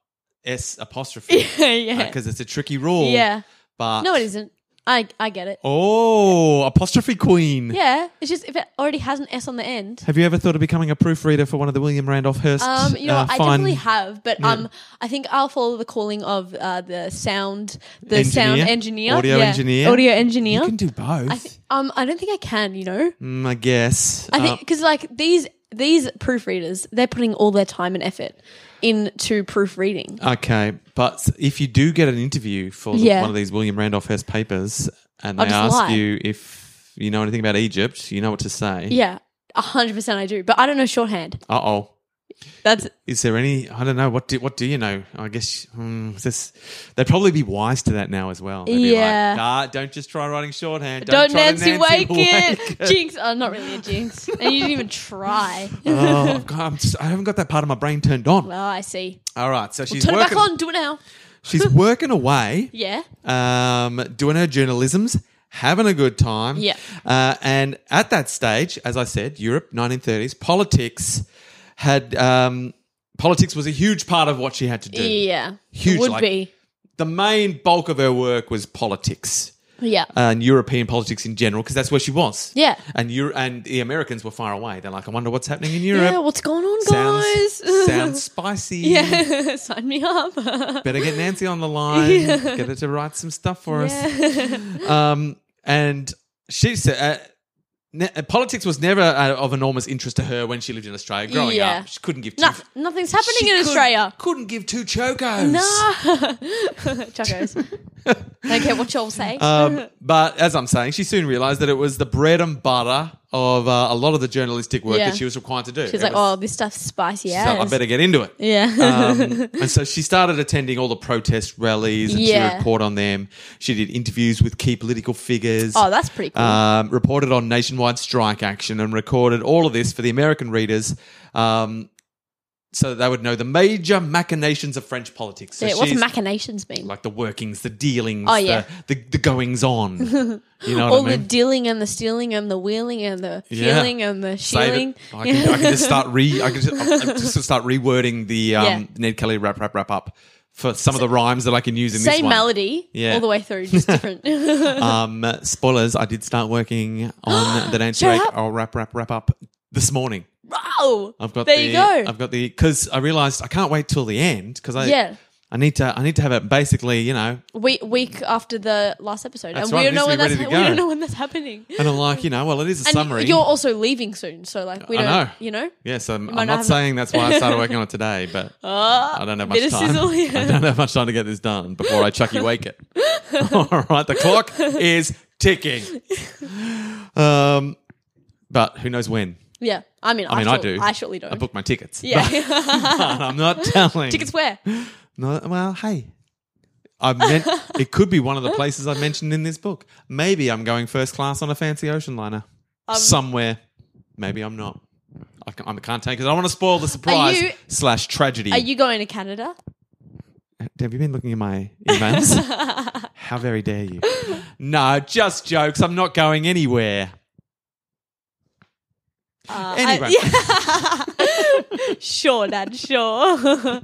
[SPEAKER 1] s apostrophe,
[SPEAKER 2] yeah.
[SPEAKER 1] because it's a tricky rule.
[SPEAKER 2] yeah.
[SPEAKER 1] but
[SPEAKER 2] No, it isn't. I I get it.
[SPEAKER 1] Oh, apostrophe queen.
[SPEAKER 2] Yeah. It's just if it already has an S on the end.
[SPEAKER 1] Have you ever thought of becoming a proofreader for one of the William Randolph Hearst? <laughs>
[SPEAKER 2] Um, you know,
[SPEAKER 1] uh,
[SPEAKER 2] I
[SPEAKER 1] fine-
[SPEAKER 2] definitely have, but
[SPEAKER 1] Yeah.
[SPEAKER 2] um, I think I'll follow the calling of uh, the sound, the
[SPEAKER 1] Engineer?
[SPEAKER 2] sound engineer,
[SPEAKER 1] Audio
[SPEAKER 2] Yeah.
[SPEAKER 1] engineer?
[SPEAKER 2] audio
[SPEAKER 1] You
[SPEAKER 2] engineer.
[SPEAKER 1] can do both. I,
[SPEAKER 2] I th- um, I don't think I can. You know,
[SPEAKER 1] mm, I guess.
[SPEAKER 2] I think
[SPEAKER 1] Uh,
[SPEAKER 2] because like these these proofreaders, they're putting all their time and effort into proofreading.
[SPEAKER 1] Uh. okay, but if you do get an interview for the-
[SPEAKER 2] Yeah.
[SPEAKER 1] one of these William Randolph Hearst papers, and
[SPEAKER 2] I'll
[SPEAKER 1] they ask
[SPEAKER 2] just lie.
[SPEAKER 1] you if you know anything about Egypt, you know what to say.
[SPEAKER 2] Yeah, hundred percent, I do, but I don't know shorthand.
[SPEAKER 1] Uh oh.
[SPEAKER 2] That's
[SPEAKER 1] Is there any? I don't know. What do what do you know? I guess hmm, is this. They'd probably be wise to that now as well. They'd
[SPEAKER 2] Yeah.
[SPEAKER 1] Be like, ah, don't just try writing shorthand. Don't,
[SPEAKER 2] don't,
[SPEAKER 1] try to
[SPEAKER 2] Nancy, wake, it, <laughs>
[SPEAKER 1] Wake it."
[SPEAKER 2] jinx. Oh, not really a
[SPEAKER 1] <laughs>
[SPEAKER 2] jinx, and you didn't even try.
[SPEAKER 1] oh, I've got- I'm just, I haven't got that part of my brain turned on.
[SPEAKER 2] Oh, I see.
[SPEAKER 1] All right, so she's
[SPEAKER 2] Turn it
[SPEAKER 1] working.
[SPEAKER 2] back on. Do it now. <laughs>
[SPEAKER 1] She's working away,
[SPEAKER 2] Yeah.
[SPEAKER 1] um, doing her journalisms, having a good time.
[SPEAKER 2] Yeah.
[SPEAKER 1] Uh, and at that stage, as I said, Europe, 1930s, politics had um, politics was a huge part of what she had to do.
[SPEAKER 2] Yeah.
[SPEAKER 1] Huge,
[SPEAKER 2] It would
[SPEAKER 1] like-
[SPEAKER 2] be.
[SPEAKER 1] The main bulk of her work was politics
[SPEAKER 2] Yeah.
[SPEAKER 1] and European politics in general, because that's where she was.
[SPEAKER 2] Yeah.
[SPEAKER 1] And Euro- and the Americans were far away. They're like, I wonder what's happening in
[SPEAKER 2] yeah,
[SPEAKER 1] Europe.
[SPEAKER 2] what's going on, guys?
[SPEAKER 1] sounds
[SPEAKER 2] <laughs>
[SPEAKER 1] sounds spicy.
[SPEAKER 2] yeah, <laughs> sign me up.
[SPEAKER 1] Better get Nancy on the
[SPEAKER 2] <laughs>
[SPEAKER 1] line. Get her to write some stuff for us. Um, and she said, uh, ne- uh, politics was never uh, of enormous interest to her when she lived in Australia. Growing
[SPEAKER 2] Yeah.
[SPEAKER 1] up, she couldn't give two.
[SPEAKER 2] no, nothing's happening
[SPEAKER 1] she
[SPEAKER 2] in
[SPEAKER 1] couldn't-
[SPEAKER 2] Australia.
[SPEAKER 1] Couldn't give two chocos.
[SPEAKER 2] No.
[SPEAKER 1] <laughs>
[SPEAKER 2] <laughs> Chocos. Don't care what y'all say.
[SPEAKER 1] Um, but as I'm saying, she soon realised that it was the bread and butter of uh, a lot of the journalistic work
[SPEAKER 2] Yeah.
[SPEAKER 1] that she was required to do.
[SPEAKER 2] <laughs> She's
[SPEAKER 1] It
[SPEAKER 2] like, oh,
[SPEAKER 1] was-
[SPEAKER 2] this stuff's spicy
[SPEAKER 1] so I
[SPEAKER 2] ass.
[SPEAKER 1] better get into it.
[SPEAKER 2] <laughs> yeah.
[SPEAKER 1] Um, and so she started attending all the protest rallies and she
[SPEAKER 2] Yeah.
[SPEAKER 1] report on them. She did interviews with key political figures.
[SPEAKER 2] <laughs> oh, that's pretty cool.
[SPEAKER 1] um, reported on nationwide strike action and recorded all of this for the American readers um, so that they would know the major machinations of French politics. So
[SPEAKER 2] yeah, what's
[SPEAKER 1] she's-
[SPEAKER 2] machinations mean?
[SPEAKER 1] Like the workings, the dealings,
[SPEAKER 2] Oh, yeah.
[SPEAKER 1] the, the, the goings
[SPEAKER 2] <laughs>
[SPEAKER 1] on. You know
[SPEAKER 2] all
[SPEAKER 1] what I
[SPEAKER 2] the
[SPEAKER 1] mean?
[SPEAKER 2] dealing and the stealing and the wheeling and the
[SPEAKER 1] Yeah.
[SPEAKER 2] healing and the
[SPEAKER 1] Save
[SPEAKER 2] shielding.
[SPEAKER 1] it. Oh, I can, I can just
[SPEAKER 2] <laughs>
[SPEAKER 1] start re. I can just, I can just start rewording the um,
[SPEAKER 2] Yeah.
[SPEAKER 1] Ned Kelly rap rap wrap up for some of the rhymes that I can use in this
[SPEAKER 2] Same
[SPEAKER 1] one.
[SPEAKER 2] melody
[SPEAKER 1] Yeah.
[SPEAKER 2] all the way through,
[SPEAKER 1] <laughs>
[SPEAKER 2] just different. <laughs>
[SPEAKER 1] Um, spoilers: I did start
[SPEAKER 2] <gasps>
[SPEAKER 1] working on the Nancy
[SPEAKER 2] Shut
[SPEAKER 1] Rake
[SPEAKER 2] up.
[SPEAKER 1] I'll wrap wrap wrap up this morning.
[SPEAKER 2] wow.
[SPEAKER 1] I've got
[SPEAKER 2] there
[SPEAKER 1] the,
[SPEAKER 2] you go.
[SPEAKER 1] I've got the because I realised I can't wait till the end because I
[SPEAKER 2] yeah.
[SPEAKER 1] I need to I need to have it basically you know
[SPEAKER 2] week week after the last episode,
[SPEAKER 1] That's
[SPEAKER 2] and
[SPEAKER 1] right, it needs
[SPEAKER 2] we don't know
[SPEAKER 1] to
[SPEAKER 2] when
[SPEAKER 1] be
[SPEAKER 2] that's
[SPEAKER 1] ready to
[SPEAKER 2] <laughs> we don't
[SPEAKER 1] go.
[SPEAKER 2] know when that's
[SPEAKER 1] <laughs>
[SPEAKER 2] happening.
[SPEAKER 1] and I'm like you know well it is a
[SPEAKER 2] And
[SPEAKER 1] summary.
[SPEAKER 2] you're also leaving soon, so like we
[SPEAKER 1] I
[SPEAKER 2] don't,
[SPEAKER 1] know.
[SPEAKER 2] you know.
[SPEAKER 1] yes, I'm,
[SPEAKER 2] might
[SPEAKER 1] I'm
[SPEAKER 2] not
[SPEAKER 1] not
[SPEAKER 2] have-
[SPEAKER 1] saying that's why I started working on
[SPEAKER 2] <laughs>
[SPEAKER 1] it today, but
[SPEAKER 2] Ah,
[SPEAKER 1] I don't have
[SPEAKER 2] bit
[SPEAKER 1] much
[SPEAKER 2] of
[SPEAKER 1] time.
[SPEAKER 2] sizzle, yeah.
[SPEAKER 1] I don't have much time to get this done before I Chucky wake
[SPEAKER 2] <laughs>
[SPEAKER 1] it. <laughs> All right, the clock is ticking. Um, but who knows when?
[SPEAKER 2] yeah, I mean, I,
[SPEAKER 1] I mean, I
[SPEAKER 2] shall-
[SPEAKER 1] do.
[SPEAKER 2] I surely don't.
[SPEAKER 1] I booked my tickets. <laughs> But,
[SPEAKER 2] <laughs> yeah,
[SPEAKER 1] but I'm not telling.
[SPEAKER 2] <laughs> tickets
[SPEAKER 1] <laughs>
[SPEAKER 2] where?
[SPEAKER 1] No, well, hey. I
[SPEAKER 2] <laughs>
[SPEAKER 1] meant it could be one of the places I mentioned in this book. Maybe I'm going first class on a fancy ocean liner
[SPEAKER 2] Um,
[SPEAKER 1] somewhere. Maybe I'm not. I can't, I can't take because I want to spoil the surprise
[SPEAKER 2] you-
[SPEAKER 1] slash tragedy.
[SPEAKER 2] Are you going to Canada? <laughs>
[SPEAKER 1] Have you been looking at my emails?
[SPEAKER 2] Uh,
[SPEAKER 1] How very dare you? No, just jokes. I'm not going anywhere.
[SPEAKER 2] Uh,
[SPEAKER 1] Anyway.
[SPEAKER 2] I- yeah. <laughs> sure, Dad. Sure. <laughs>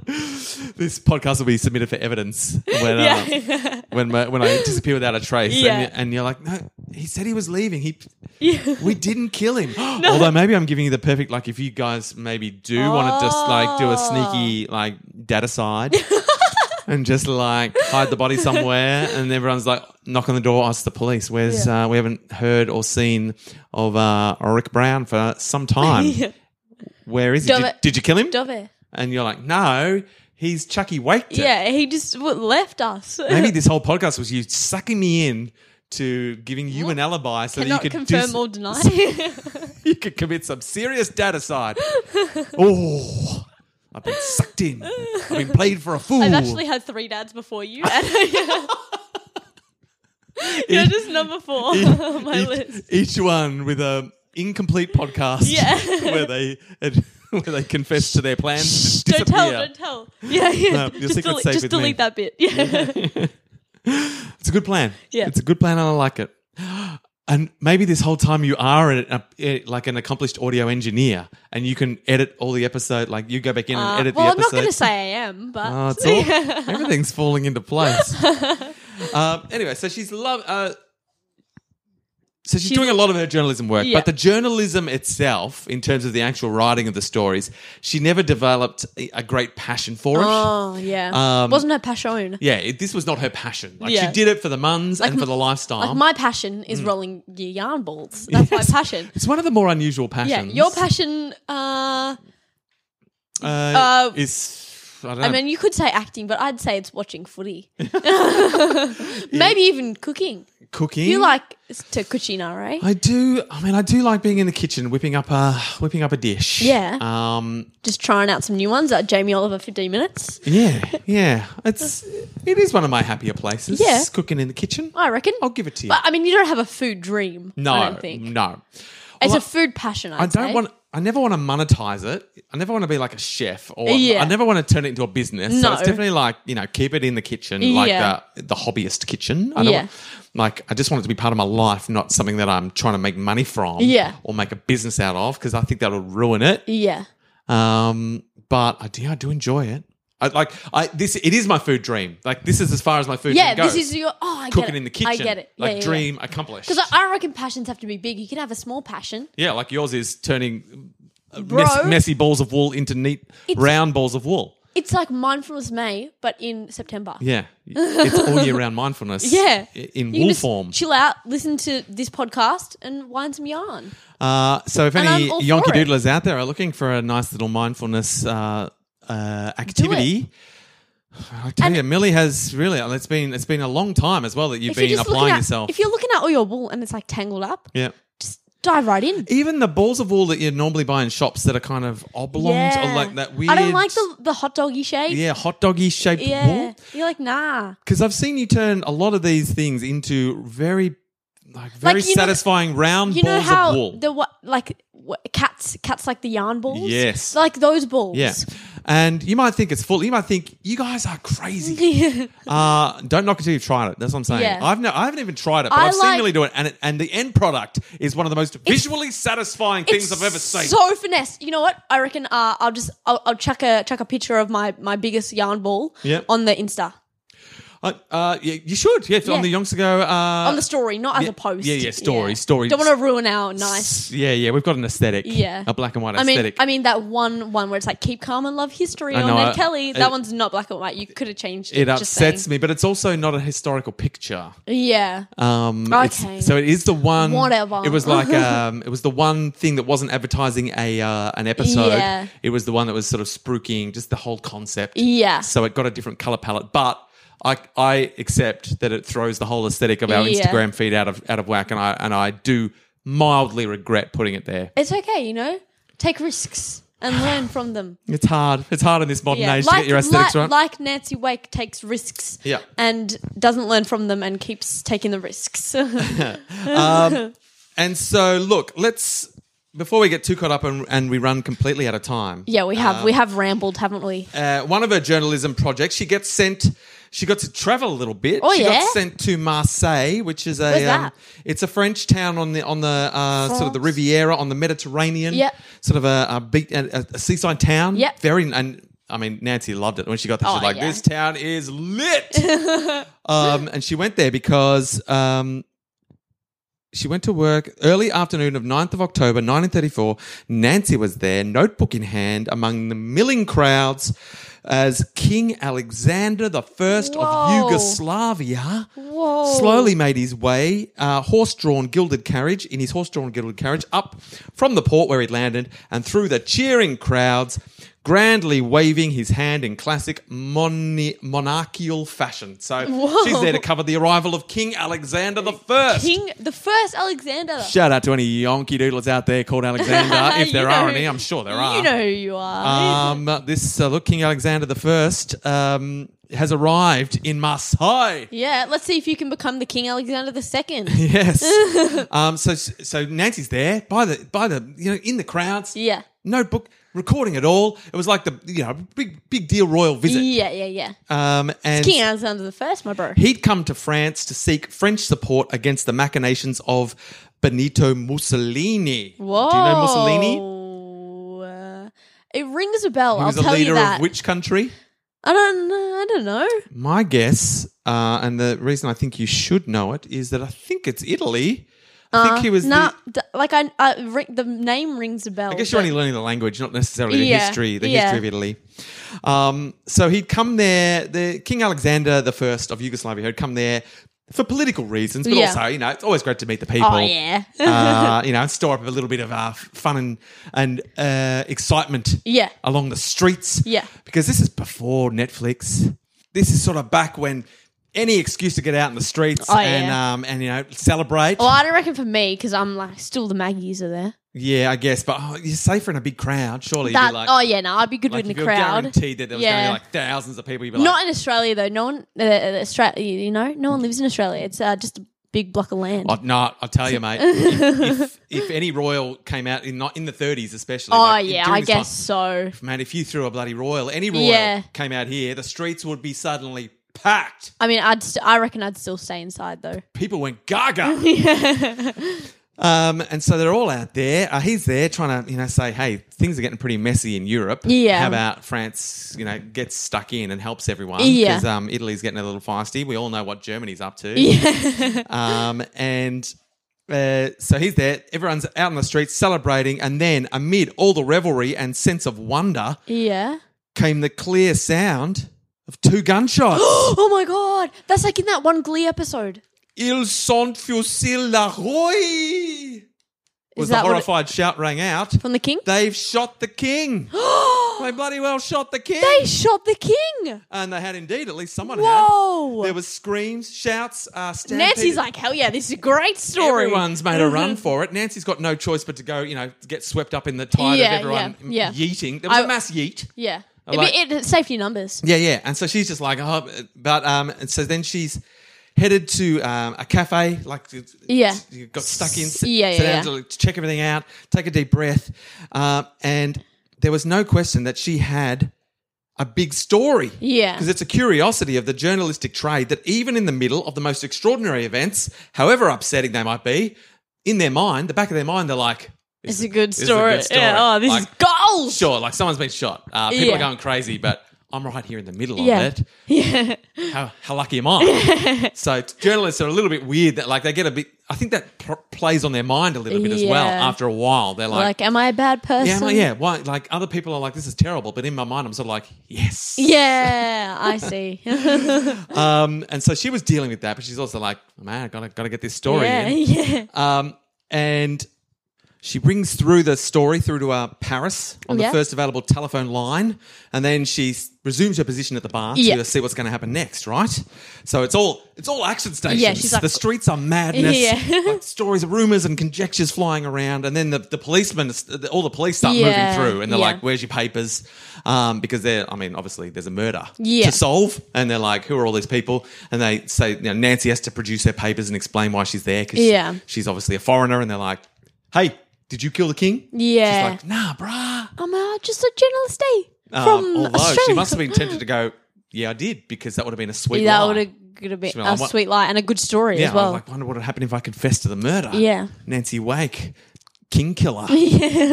[SPEAKER 1] This podcast will be submitted for evidence when
[SPEAKER 2] <laughs>
[SPEAKER 1] uh,
[SPEAKER 2] yeah.
[SPEAKER 1] when my, when I disappear without a trace.
[SPEAKER 2] Yeah.
[SPEAKER 1] And, and you're like, no, he said he was leaving. He
[SPEAKER 2] yeah.
[SPEAKER 1] we didn't kill <gasps> him. Although maybe I'm giving you the perfect like if Oh. you guys maybe do want to just like do a sneaky like data side. <laughs> and just like hide the body somewhere. And everyone's like, knock on the door, ask the police. Where's uh, we haven't heard or seen of uh, Rick Brown for some <laughs> time. Where is he?
[SPEAKER 2] Dove
[SPEAKER 1] Did,
[SPEAKER 2] it.
[SPEAKER 1] did you kill him?
[SPEAKER 2] Dove.
[SPEAKER 1] And you're like, no, he's Chucky Waked. it."
[SPEAKER 2] Yeah, he just w- left us.
[SPEAKER 1] Maybe this whole podcast was you sucking me in to giving you an alibi so
[SPEAKER 2] <laughs> Cannot
[SPEAKER 1] that you could do
[SPEAKER 2] confirm
[SPEAKER 1] s-
[SPEAKER 2] or deny.
[SPEAKER 1] <laughs> you could commit some serious daticide. oh, I've been sucked in. I've been played for a fool.
[SPEAKER 2] <laughs> I've actually had three dads before you. and- <laughs> You're just number four <laughs> on
[SPEAKER 1] <laughs>
[SPEAKER 2] my
[SPEAKER 1] each,
[SPEAKER 2] list.
[SPEAKER 1] each one with a incomplete podcast
[SPEAKER 2] Yeah.
[SPEAKER 1] <laughs> where they <laughs> where they confess to their plans to
[SPEAKER 2] Don't tell,
[SPEAKER 1] disappear.
[SPEAKER 2] don't tell. <laughs> Yeah, yeah.
[SPEAKER 1] No, your
[SPEAKER 2] just
[SPEAKER 1] secret's
[SPEAKER 2] delete,
[SPEAKER 1] safe
[SPEAKER 2] just
[SPEAKER 1] with me.
[SPEAKER 2] delete that bit. Yeah.
[SPEAKER 1] It's a good plan.
[SPEAKER 2] Yeah.
[SPEAKER 1] It's a good plan and I like it. And maybe this whole time you are an, a, a- like an accomplished audio engineer and you can edit all the episode. Like you go back in
[SPEAKER 2] Uh,
[SPEAKER 1] <laughs> and edit
[SPEAKER 2] well,
[SPEAKER 1] the
[SPEAKER 2] I'm not
[SPEAKER 1] episode.
[SPEAKER 2] going to say I am, but
[SPEAKER 1] Oh,
[SPEAKER 2] <laughs>
[SPEAKER 1] it's all, everything's falling into place. um, anyway, so she's love. Uh, so she's,
[SPEAKER 2] She's-
[SPEAKER 1] doing a lot of her journalism work,
[SPEAKER 2] Yeah.
[SPEAKER 1] but the journalism itself, in terms of the actual writing of the stories, she never developed a, a great passion for it.
[SPEAKER 2] oh yeah,
[SPEAKER 1] Um,
[SPEAKER 2] wasn't her passion.
[SPEAKER 1] Yeah, it, this was not her passion. Like
[SPEAKER 2] Yeah.
[SPEAKER 1] she did it for the muns and for the
[SPEAKER 2] Like
[SPEAKER 1] lifestyle.
[SPEAKER 2] my passion
[SPEAKER 1] Mm.
[SPEAKER 2] is rolling your
[SPEAKER 1] <laughs>
[SPEAKER 2] yarn balls. That's my passion.
[SPEAKER 1] it's one of the more unusual
[SPEAKER 2] Yeah,
[SPEAKER 1] passions.
[SPEAKER 2] your passion. Uh,
[SPEAKER 1] uh,
[SPEAKER 2] uh,
[SPEAKER 1] is I don't know.
[SPEAKER 2] I mean, you could say acting, but I'd say it's watching footy.
[SPEAKER 1] <laughs>
[SPEAKER 2] <laughs> Maybe even cooking.
[SPEAKER 1] cooking.
[SPEAKER 2] You like to cucina, right?
[SPEAKER 1] I do. I mean, I do like being in the kitchen, whipping up a whipping up a dish.
[SPEAKER 2] Yeah.
[SPEAKER 1] Um,
[SPEAKER 2] Just trying out some new ones at Jamie Oliver 15 minutes. <laughs>
[SPEAKER 1] Yeah, yeah. It's it is one of my happier places.
[SPEAKER 2] Yeah.
[SPEAKER 1] cooking in the kitchen.
[SPEAKER 2] I reckon.
[SPEAKER 1] I'll give it to you.
[SPEAKER 2] But I mean, you don't have a food dream.
[SPEAKER 1] no,
[SPEAKER 2] I don't think
[SPEAKER 1] no.
[SPEAKER 2] it's
[SPEAKER 1] Well,
[SPEAKER 2] a food passion. I'd
[SPEAKER 1] I don't
[SPEAKER 2] say.
[SPEAKER 1] want. I never want to monetize it. I never want to be like a chef, or
[SPEAKER 2] Yeah.
[SPEAKER 1] I never want to turn it into a business. So
[SPEAKER 2] No.
[SPEAKER 1] it's definitely like you know, keep it in the kitchen, like
[SPEAKER 2] Yeah.
[SPEAKER 1] the the hobbyist kitchen. I don't
[SPEAKER 2] Yeah.
[SPEAKER 1] want, like I just want it to be part of my life, not something that I'm trying to make money from,
[SPEAKER 2] Yeah.
[SPEAKER 1] or make a business out of, because I think that'll ruin it.
[SPEAKER 2] Yeah.
[SPEAKER 1] Um, but I do, I do enjoy it. I like I this. It is my food dream. Like this is as far as my food
[SPEAKER 2] Yeah.
[SPEAKER 1] dream goes.
[SPEAKER 2] This is your. Oh, I get
[SPEAKER 1] cooking
[SPEAKER 2] it.
[SPEAKER 1] in the kitchen.
[SPEAKER 2] I get it.
[SPEAKER 1] Like
[SPEAKER 2] yeah, yeah,
[SPEAKER 1] dream accomplished.
[SPEAKER 2] Because I I reckon passions have to be big. You can have a small passion.
[SPEAKER 1] yeah, like yours is turning uh,
[SPEAKER 2] Bro.
[SPEAKER 1] mess, messy balls of wool into neat
[SPEAKER 2] It's-
[SPEAKER 1] round balls of wool.
[SPEAKER 2] It's like mindfulness May, but in September. <laughs>
[SPEAKER 1] Yeah, it's all year round mindfulness.
[SPEAKER 2] Yeah.
[SPEAKER 1] i- in
[SPEAKER 2] You can
[SPEAKER 1] wool
[SPEAKER 2] just
[SPEAKER 1] form.
[SPEAKER 2] Chill out, listen to this podcast, and wind some yarn.
[SPEAKER 1] Uh, so if
[SPEAKER 2] And
[SPEAKER 1] any
[SPEAKER 2] I'm all
[SPEAKER 1] Yonky
[SPEAKER 2] for it.
[SPEAKER 1] Doodlers out there are looking for a nice little mindfulness uh, uh, activity. I tell
[SPEAKER 2] And-
[SPEAKER 1] you, Millie has really. uh, It's been it's been a long time as well that you've
[SPEAKER 2] If you're
[SPEAKER 1] been
[SPEAKER 2] just looking
[SPEAKER 1] applying
[SPEAKER 2] at,
[SPEAKER 1] yourself.
[SPEAKER 2] if you're looking at all your wool and it's like tangled up,
[SPEAKER 1] yeah,
[SPEAKER 2] just dive right in.
[SPEAKER 1] even the balls of wool that you normally buy in shops that are kind of oblong or like that weird.
[SPEAKER 2] I don't like the the hot doggy shape.
[SPEAKER 1] yeah hot doggy shaped
[SPEAKER 2] Yeah.
[SPEAKER 1] wool
[SPEAKER 2] You're like, nah.
[SPEAKER 1] because I've seen you turn a lot of these things into very like very
[SPEAKER 2] Like, you know-
[SPEAKER 1] satisfying round
[SPEAKER 2] You know
[SPEAKER 1] balls
[SPEAKER 2] how
[SPEAKER 1] of wool.
[SPEAKER 2] the what like wha- cats cats like the yarn balls.
[SPEAKER 1] Yes.
[SPEAKER 2] like those balls. <laughs>
[SPEAKER 1] yeah, and you might think it's full. You might think you guys are
[SPEAKER 2] <laughs>
[SPEAKER 1] crazy. uh, don't knock it till you've tried it. That's what I'm saying.
[SPEAKER 2] Yeah.
[SPEAKER 1] I've no, I haven't even tried it, but I
[SPEAKER 2] I
[SPEAKER 1] have seen
[SPEAKER 2] like-
[SPEAKER 1] Millie do it, and it, and the end product is one of the most visually satisfying things I've ever seen.
[SPEAKER 2] So finesse. You know what? I reckon. Uh, I'll just I'll, I'll chuck a chuck a picture of my my biggest yarn ball.
[SPEAKER 1] Yep.
[SPEAKER 2] on the Insta
[SPEAKER 1] uh, uh, yeah, you should. Yeah,
[SPEAKER 2] Yeah.
[SPEAKER 1] on the Youngs ago. Uh,
[SPEAKER 2] on the story, not as
[SPEAKER 1] yeah,
[SPEAKER 2] a post.
[SPEAKER 1] yeah, yeah, story, story.
[SPEAKER 2] Don't want to ruin our nice.
[SPEAKER 1] Yeah, yeah, we've got an aesthetic.
[SPEAKER 2] Yeah.
[SPEAKER 1] A black and white
[SPEAKER 2] I mean,
[SPEAKER 1] aesthetic.
[SPEAKER 2] I mean that one one where it's like keep calm and love history
[SPEAKER 1] I
[SPEAKER 2] on
[SPEAKER 1] know,
[SPEAKER 2] Ned
[SPEAKER 1] I-
[SPEAKER 2] Kelly.
[SPEAKER 1] it-
[SPEAKER 2] that one's not black and white. You could have changed it.
[SPEAKER 1] it
[SPEAKER 2] just saying.
[SPEAKER 1] upsets me, but it's also not a historical picture.
[SPEAKER 2] Yeah.
[SPEAKER 1] Um,
[SPEAKER 2] Okay.
[SPEAKER 1] it's, so it is the one.
[SPEAKER 2] Whatever.
[SPEAKER 1] It was like
[SPEAKER 2] <laughs>
[SPEAKER 1] um, it was the one thing that wasn't advertising a uh, an episode.
[SPEAKER 2] Yeah.
[SPEAKER 1] It was the one that was sort of spruiking just the whole concept.
[SPEAKER 2] Yeah.
[SPEAKER 1] So it got a different color palette, but. I, I accept that it throws the whole aesthetic of our
[SPEAKER 2] Yeah.
[SPEAKER 1] Instagram feed out of out of whack, and I and I do mildly regret putting it there.
[SPEAKER 2] It's okay, you know? Take risks and learn from them.
[SPEAKER 1] It's hard. It's hard in this modern
[SPEAKER 2] Yeah.
[SPEAKER 1] age to get your aesthetics right.
[SPEAKER 2] like, like Nancy Wake takes risks
[SPEAKER 1] Yeah.
[SPEAKER 2] and doesn't learn from them and keeps taking the risks. <laughs>
[SPEAKER 1] And so, look, let's before we get too caught up and, and we run completely out of time.
[SPEAKER 2] yeah, we have.
[SPEAKER 1] Um,
[SPEAKER 2] we have rambled, haven't we?
[SPEAKER 1] Uh, one of her journalism projects, she gets sent. She got to travel a little bit.
[SPEAKER 2] Oh,
[SPEAKER 1] she
[SPEAKER 2] yeah?
[SPEAKER 1] got sent to Marseille, which is a
[SPEAKER 2] Where's
[SPEAKER 1] um,
[SPEAKER 2] that?
[SPEAKER 1] it's a French town on the on the uh, sort of the
[SPEAKER 2] France.
[SPEAKER 1] Riviera on the Mediterranean.
[SPEAKER 2] Yep.
[SPEAKER 1] sort of a a, beat, a, a seaside town.
[SPEAKER 2] Yep.
[SPEAKER 1] very and I mean Nancy loved it when she got there.
[SPEAKER 2] Oh,
[SPEAKER 1] She's like,
[SPEAKER 2] yeah.
[SPEAKER 1] "This town is
[SPEAKER 2] <laughs>
[SPEAKER 1] lit," um, and she went there because um, she went to work early afternoon of 9th of October 1934. Nancy was there, notebook in hand, among the milling crowds as King Alexander the First of
[SPEAKER 2] Whoa.
[SPEAKER 1] Yugoslavia.
[SPEAKER 2] Whoa.
[SPEAKER 1] Slowly made his way, uh, horse-drawn gilded carriage, in his horse-drawn gilded carriage, up from the port where he'd landed and through the cheering crowds, grandly waving his hand in classic moni- monarchical fashion. So she's there to cover the arrival of King Alexander the First.
[SPEAKER 2] King, the first Alexander.
[SPEAKER 1] Shout out to any yonky doodlers out there called Alexander,
[SPEAKER 2] <laughs>
[SPEAKER 1] if
[SPEAKER 2] You
[SPEAKER 1] there
[SPEAKER 2] know
[SPEAKER 1] are
[SPEAKER 2] who-
[SPEAKER 1] any. I'm sure there are.
[SPEAKER 2] You know who you are.
[SPEAKER 1] Um, this uh, look, King Alexander the First um, has arrived in Marseille.
[SPEAKER 2] yeah, let's see if you can become the King Alexander the
[SPEAKER 1] <laughs>
[SPEAKER 2] Second. <laughs>
[SPEAKER 1] Yes. um, so so Nancy's there by the by the you know in the crowds.
[SPEAKER 2] yeah.
[SPEAKER 1] Notebook recording it all. It was like the you know big big deal royal visit.
[SPEAKER 2] Yeah, yeah, yeah.
[SPEAKER 1] Um, and
[SPEAKER 2] King Alexander the First, my bro.
[SPEAKER 1] he'd come to France to seek French support against the machinations of Benito Mussolini.
[SPEAKER 2] Whoa.
[SPEAKER 1] Do you know Mussolini?
[SPEAKER 2] Uh, it rings a bell.
[SPEAKER 1] He
[SPEAKER 2] I'll
[SPEAKER 1] was a
[SPEAKER 2] tell you
[SPEAKER 1] leader
[SPEAKER 2] that.
[SPEAKER 1] of which country?
[SPEAKER 2] I don't. I don't know.
[SPEAKER 1] My guess, uh, and the reason I think you should know it, is that I think it's Italy. I think he was.
[SPEAKER 2] Nah,
[SPEAKER 1] the,
[SPEAKER 2] d- like I, I ri- the name rings a bell.
[SPEAKER 1] I guess you're
[SPEAKER 2] but-
[SPEAKER 1] only learning the language, not necessarily the
[SPEAKER 2] Yeah,
[SPEAKER 1] history. The
[SPEAKER 2] yeah.
[SPEAKER 1] history of Italy. Um, so he'd come there. The King Alexander the First of Yugoslavia had come there for political reasons, but
[SPEAKER 2] Yeah.
[SPEAKER 1] also, you know, it's always great to meet the people.
[SPEAKER 2] Oh yeah,
[SPEAKER 1] uh, you know, and store up a little bit of uh, f- fun and and uh,
[SPEAKER 2] <laughs>
[SPEAKER 1] excitement.
[SPEAKER 2] <laughs> Yeah.
[SPEAKER 1] along the streets.
[SPEAKER 2] Yeah.
[SPEAKER 1] because this is before Netflix. This is sort of back when any excuse to get out in the streets
[SPEAKER 2] Oh,
[SPEAKER 1] and
[SPEAKER 2] yeah.
[SPEAKER 1] um and you know celebrate.
[SPEAKER 2] well, I don't reckon for me because I'm like still the Maggies are there.
[SPEAKER 1] yeah, I guess, but oh, you're safer in a big crowd. Surely you'd
[SPEAKER 2] That
[SPEAKER 1] be like,
[SPEAKER 2] oh yeah, no, I'd be good
[SPEAKER 1] like
[SPEAKER 2] in
[SPEAKER 1] if
[SPEAKER 2] a
[SPEAKER 1] you're
[SPEAKER 2] crowd.
[SPEAKER 1] guaranteed that there was going to
[SPEAKER 2] Yeah.
[SPEAKER 1] be like thousands of people. You'd be like,
[SPEAKER 2] Not in Australia though. No one, uh, Australia, you know, no one lives in Australia. It's uh, just a big block of land.
[SPEAKER 1] Oh, no, I tell you,
[SPEAKER 2] <laughs>
[SPEAKER 1] mate. if, if, if any royal came out in not in the 30s, especially.
[SPEAKER 2] oh
[SPEAKER 1] like,
[SPEAKER 2] yeah,
[SPEAKER 1] during
[SPEAKER 2] I
[SPEAKER 1] this time,
[SPEAKER 2] guess so.
[SPEAKER 1] Man, if you threw a bloody royal, any royal
[SPEAKER 2] Yeah.
[SPEAKER 1] came out here, the streets would be suddenly packed.
[SPEAKER 2] I mean, I'd st- I reckon I'd still stay
[SPEAKER 1] <laughs>
[SPEAKER 2] inside though.
[SPEAKER 1] People went gaga. um, and so they're all out there. Uh, he's there trying to, you know, say, hey, things are getting pretty messy in Europe.
[SPEAKER 2] Yeah.
[SPEAKER 1] How about France, you know, gets stuck in and helps everyone?
[SPEAKER 2] Yeah.
[SPEAKER 1] Because um, Italy's getting a little feisty. We all know what Germany's up to.
[SPEAKER 2] Yeah,
[SPEAKER 1] Um, and uh, so he's there. Everyone's out on the streets celebrating. And then, amid all the revelry and sense of wonder,
[SPEAKER 2] yeah.
[SPEAKER 1] came the clear sound of two
[SPEAKER 2] <gasps>
[SPEAKER 1] gunshots.
[SPEAKER 2] Oh my god, that's like in that one Glee episode.
[SPEAKER 1] Ils sont fusils la roi! Was the
[SPEAKER 2] that what it-
[SPEAKER 1] horrified shout rang out.
[SPEAKER 2] From the king?
[SPEAKER 1] They've shot the
[SPEAKER 2] <gasps>
[SPEAKER 1] king. they bloody well shot the king.
[SPEAKER 2] They shot the king!
[SPEAKER 1] and they had indeed, at least someone
[SPEAKER 2] Whoa!
[SPEAKER 1] had. There was screams, shouts, uh, stampede.
[SPEAKER 2] Nancy's like, Mm-hmm. hell yeah, this is a great story.
[SPEAKER 1] Everyone's made a run for it. Nancy's got no choice but to go, you know, get swept up in the tide
[SPEAKER 2] Yeah,
[SPEAKER 1] of everyone
[SPEAKER 2] yeah, yeah.
[SPEAKER 1] yeeting. There was a
[SPEAKER 2] I-
[SPEAKER 1] mass yeet.
[SPEAKER 2] Yeah.
[SPEAKER 1] I
[SPEAKER 2] It'd
[SPEAKER 1] like-
[SPEAKER 2] be, it, it's safety numbers.
[SPEAKER 1] Yeah, yeah. And so she's just like, oh, but um, and so then she's headed to um, a cafe, like
[SPEAKER 2] Yeah.
[SPEAKER 1] you got stuck in,
[SPEAKER 2] S- yeah,
[SPEAKER 1] sit
[SPEAKER 2] yeah,
[SPEAKER 1] down
[SPEAKER 2] yeah.
[SPEAKER 1] to check everything out, take a deep breath, uh, and there was no question that she had a big story.
[SPEAKER 2] Yeah.
[SPEAKER 1] because it's a curiosity of the journalistic trade that even in the middle of the most extraordinary events, however upsetting they might be, in their mind, the back of their mind, they're like.
[SPEAKER 2] It's
[SPEAKER 1] "This
[SPEAKER 2] a good
[SPEAKER 1] this is
[SPEAKER 2] story. Yeah, oh, this
[SPEAKER 1] Like,
[SPEAKER 2] is gold!
[SPEAKER 1] sure, like someone's been shot. Uh, people
[SPEAKER 2] Yeah.
[SPEAKER 1] are going crazy, but I'm right here in the middle
[SPEAKER 2] Yeah.
[SPEAKER 1] of it.
[SPEAKER 2] <laughs> Yeah.
[SPEAKER 1] How, how lucky am
[SPEAKER 2] <laughs>
[SPEAKER 1] I? so journalists are a little bit weird that like they get a bit. I think that pl- plays on their mind a little bit as well.
[SPEAKER 2] Yeah.
[SPEAKER 1] After a while, they're like,
[SPEAKER 2] Like, am I a bad person?
[SPEAKER 1] yeah, well, yeah. Why? Like other people are like, this is terrible, but in my mind, I'm sort of like, yes,
[SPEAKER 2] Yeah,
[SPEAKER 1] <laughs>
[SPEAKER 2] I see.
[SPEAKER 1] Um, and so she was dealing with that, but she's also like, man, I gotta gotta get this story
[SPEAKER 2] <laughs> yeah,
[SPEAKER 1] in.
[SPEAKER 2] yeah.
[SPEAKER 1] Um, and she brings through the story through to uh, Paris on
[SPEAKER 2] Yeah.
[SPEAKER 1] the first available telephone line, and then she s- resumes her position at the bar
[SPEAKER 2] Yeah.
[SPEAKER 1] to see what's going to happen next. Right? So it's all it's all action stations.
[SPEAKER 2] Yeah, she's like-
[SPEAKER 1] the streets are madness.
[SPEAKER 2] Yeah.
[SPEAKER 1] <laughs> like stories of rumors and conjectures flying around, and then the, the policemen, the- all the police start
[SPEAKER 2] Yeah,
[SPEAKER 1] moving through, and they're
[SPEAKER 2] yeah.
[SPEAKER 1] like, "Where's your papers?" Um, because they're, I mean, obviously there's a murder
[SPEAKER 2] Yeah.
[SPEAKER 1] to solve, and they're like, "Who are all these people?" And they say, you know, "Nancy has to produce her papers and explain why she's there." 'cause
[SPEAKER 2] Yeah.
[SPEAKER 1] She's obviously a foreigner, and they're like, hey, did you kill the king?
[SPEAKER 2] Yeah.
[SPEAKER 1] She's like, nah, bruh.
[SPEAKER 2] I'm uh, just a journalist eh?
[SPEAKER 1] Um,
[SPEAKER 2] from
[SPEAKER 1] although
[SPEAKER 2] Australia.
[SPEAKER 1] she must have
[SPEAKER 2] <laughs>
[SPEAKER 1] been tempted to go, yeah, I did, because that would have been a sweet
[SPEAKER 2] that
[SPEAKER 1] lie.
[SPEAKER 2] would have been
[SPEAKER 1] been
[SPEAKER 2] a
[SPEAKER 1] like, "Oh, what-
[SPEAKER 2] sweet lie and a good story
[SPEAKER 1] yeah,
[SPEAKER 2] as
[SPEAKER 1] I
[SPEAKER 2] well.
[SPEAKER 1] was like, wonder what would happen if I confessed to the murder.
[SPEAKER 2] Yeah.
[SPEAKER 1] Nancy Wake king
[SPEAKER 2] <laughs>
[SPEAKER 1] killer.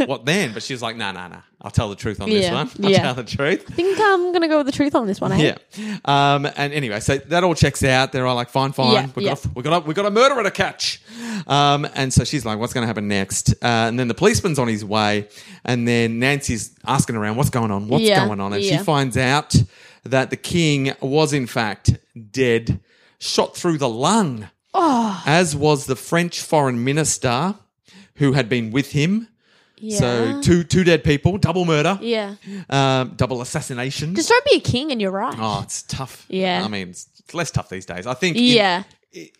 [SPEAKER 1] What then? But she's like, no, no, no. I'll tell the truth on this
[SPEAKER 2] Yeah.
[SPEAKER 1] one. <laughs> I'll
[SPEAKER 2] Yeah.
[SPEAKER 1] tell the truth.
[SPEAKER 2] I think um, I'm gonna go with the truth on this one. Eh?
[SPEAKER 1] Yeah. Um, and anyway, so that all checks out. They're all like, fine, fine.
[SPEAKER 2] Yeah,
[SPEAKER 1] we,
[SPEAKER 2] yeah.
[SPEAKER 1] got a, we, got a, we got a murderer to catch. Um, and so she's like, what's going to happen next? Uh, and then the policeman's on his way. And then Nancy's asking around, what's going on? What's
[SPEAKER 2] Yeah,
[SPEAKER 1] going on? And
[SPEAKER 2] yeah.
[SPEAKER 1] she finds out that the king was, in fact, dead, shot through the lung,
[SPEAKER 2] Oh.
[SPEAKER 1] as was the French foreign minister who had been with him.
[SPEAKER 2] yeah.
[SPEAKER 1] So two two dead people, double murder,
[SPEAKER 2] yeah.
[SPEAKER 1] um, double assassination.
[SPEAKER 2] Just don't be a king, and you're right.
[SPEAKER 1] Oh, it's tough.
[SPEAKER 2] Yeah.
[SPEAKER 1] I mean, it's it's less tough these days. I think. in-
[SPEAKER 2] yeah.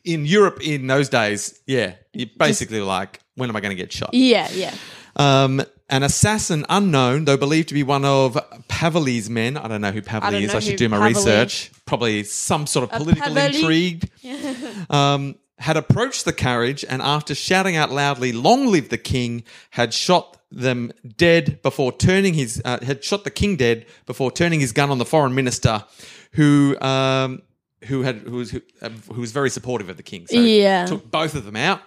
[SPEAKER 1] In, Europe, in those days, yeah, you're basically like, when am I going to get shot?
[SPEAKER 2] Yeah. Yeah.
[SPEAKER 1] Um, an assassin unknown, though believed to be one of Paveli's men. I don't know who Paveli
[SPEAKER 2] I don't
[SPEAKER 1] is.
[SPEAKER 2] know
[SPEAKER 1] I should
[SPEAKER 2] who
[SPEAKER 1] do my
[SPEAKER 2] Paveli-
[SPEAKER 1] research. Probably some sort of political
[SPEAKER 2] Paveli? <laughs>
[SPEAKER 1] intrigue. um, had approached the carriage and, after shouting out loudly, "Long live the king!" had shot them dead before turning his uh, had shot the king dead before turning his gun on the foreign minister, who. Um, who had who was who, uh, who was very supportive of the king? So
[SPEAKER 2] Yeah.
[SPEAKER 1] took both of them out.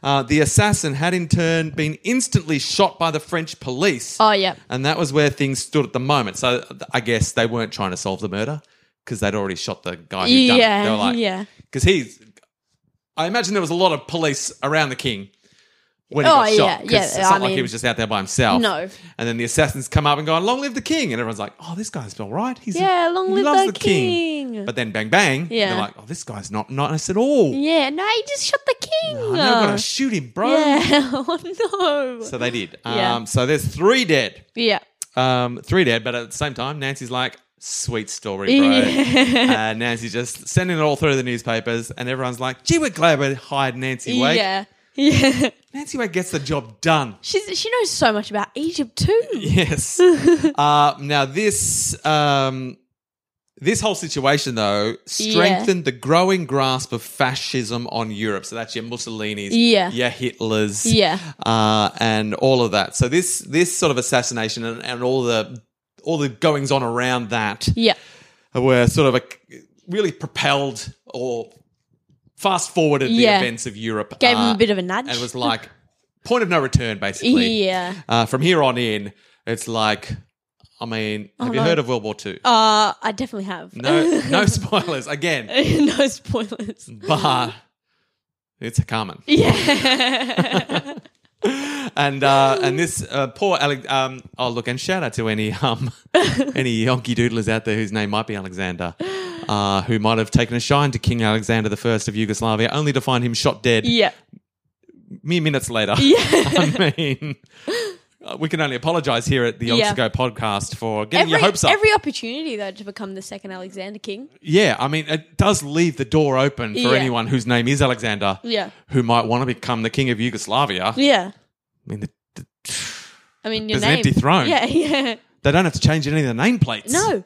[SPEAKER 1] Uh, the assassin had in turn been instantly shot by the French police.
[SPEAKER 2] Oh, yeah.
[SPEAKER 1] And that was where things stood at the moment. So th- I guess they weren't trying to solve the murder because they'd already shot the guy who done it.
[SPEAKER 2] Yeah,
[SPEAKER 1] They were like,
[SPEAKER 2] yeah.
[SPEAKER 1] Because he's, I imagine there was a lot of police around the king when he
[SPEAKER 2] Oh,
[SPEAKER 1] got shot.
[SPEAKER 2] yeah,
[SPEAKER 1] 'cause
[SPEAKER 2] yeah,
[SPEAKER 1] It's
[SPEAKER 2] I
[SPEAKER 1] not like
[SPEAKER 2] mean-
[SPEAKER 1] he was just out there by himself.
[SPEAKER 2] No.
[SPEAKER 1] And then the assassins come up and go, long live the king. And everyone's like, oh, this guy's all right. He's,
[SPEAKER 2] Yeah, long
[SPEAKER 1] he
[SPEAKER 2] live
[SPEAKER 1] loves
[SPEAKER 2] the king.
[SPEAKER 1] But then bang, bang.
[SPEAKER 2] Yeah.
[SPEAKER 1] They're like, oh, this guy's not nice at all.
[SPEAKER 2] Yeah. No, he just shot the king.
[SPEAKER 1] I know, I've got to shoot him, bro.
[SPEAKER 2] yeah. <laughs> Oh no.
[SPEAKER 1] So they did. Um,
[SPEAKER 2] <laughs> Yeah.
[SPEAKER 1] So there's three dead.
[SPEAKER 2] yeah.
[SPEAKER 1] Um, three dead, but at the same time, Nancy's like, sweet story, bro. <laughs>
[SPEAKER 2] <laughs> Yeah.
[SPEAKER 1] Uh, Nancy's just sending it all through the newspapers, and everyone's like, gee, we're glad we hired Nancy Wake.
[SPEAKER 2] Yeah. Yeah.
[SPEAKER 1] Nancy Wake gets the job
[SPEAKER 2] <laughs>
[SPEAKER 1] done.
[SPEAKER 2] She's she knows so much about Egypt too. <laughs>
[SPEAKER 1] Yes. uh, now, this. Um, this whole situation, though, strengthened the growing grasp of fascism on Europe. So that's your Mussolini's,
[SPEAKER 2] Yeah.
[SPEAKER 1] your Hitler's,
[SPEAKER 2] Yeah.
[SPEAKER 1] uh, and all of that. So this this sort of assassination and, and all the all the goings on around that
[SPEAKER 2] Yeah.
[SPEAKER 1] were sort of a, really propelled or fast forwarded
[SPEAKER 2] Yeah.
[SPEAKER 1] the events of Europe.
[SPEAKER 2] Gave him
[SPEAKER 1] uh,
[SPEAKER 2] a bit of a nudge.
[SPEAKER 1] and it
[SPEAKER 2] <laughs>
[SPEAKER 1] was like point of no return, basically.
[SPEAKER 2] Yeah.
[SPEAKER 1] Uh, from here on in, it's like, I mean, have you
[SPEAKER 2] Oh, no.
[SPEAKER 1] heard of World War Two?
[SPEAKER 2] Uh, I definitely have.
[SPEAKER 1] No,
[SPEAKER 2] <laughs>
[SPEAKER 1] no <laughs> Mm. spoilers again,
[SPEAKER 2] no spoilers.
[SPEAKER 1] but it's coming. <laughs>
[SPEAKER 2] Yeah.
[SPEAKER 1] and uh, and this uh, poor Alex. Um, oh, look, and shout out to any um,
[SPEAKER 2] <laughs>
[SPEAKER 1] any yonky doodlers out there whose name might be Alexander, uh, who might have taken a shine to King Alexander the First of Yugoslavia, only to find him shot dead
[SPEAKER 2] yeah.
[SPEAKER 1] mere minutes later.
[SPEAKER 2] Yeah.
[SPEAKER 1] <laughs> I mean, uh, we can only apologise here at the Yonks
[SPEAKER 2] Yeah.
[SPEAKER 1] Ago podcast for getting
[SPEAKER 2] Every,
[SPEAKER 1] your hopes up.
[SPEAKER 2] every opportunity though to become the second Alexander King.
[SPEAKER 1] yeah, I mean, it does leave the door open for
[SPEAKER 2] Yeah.
[SPEAKER 1] anyone whose name is Alexander,
[SPEAKER 2] Yeah.
[SPEAKER 1] who might want to become the king of Yugoslavia.
[SPEAKER 2] Yeah.
[SPEAKER 1] I mean, the, the,
[SPEAKER 2] I mean, your
[SPEAKER 1] There's an
[SPEAKER 2] name.
[SPEAKER 1] empty throne.
[SPEAKER 2] Yeah. <laughs> Yeah.
[SPEAKER 1] they don't have to change any of the nameplates. <laughs>
[SPEAKER 2] No.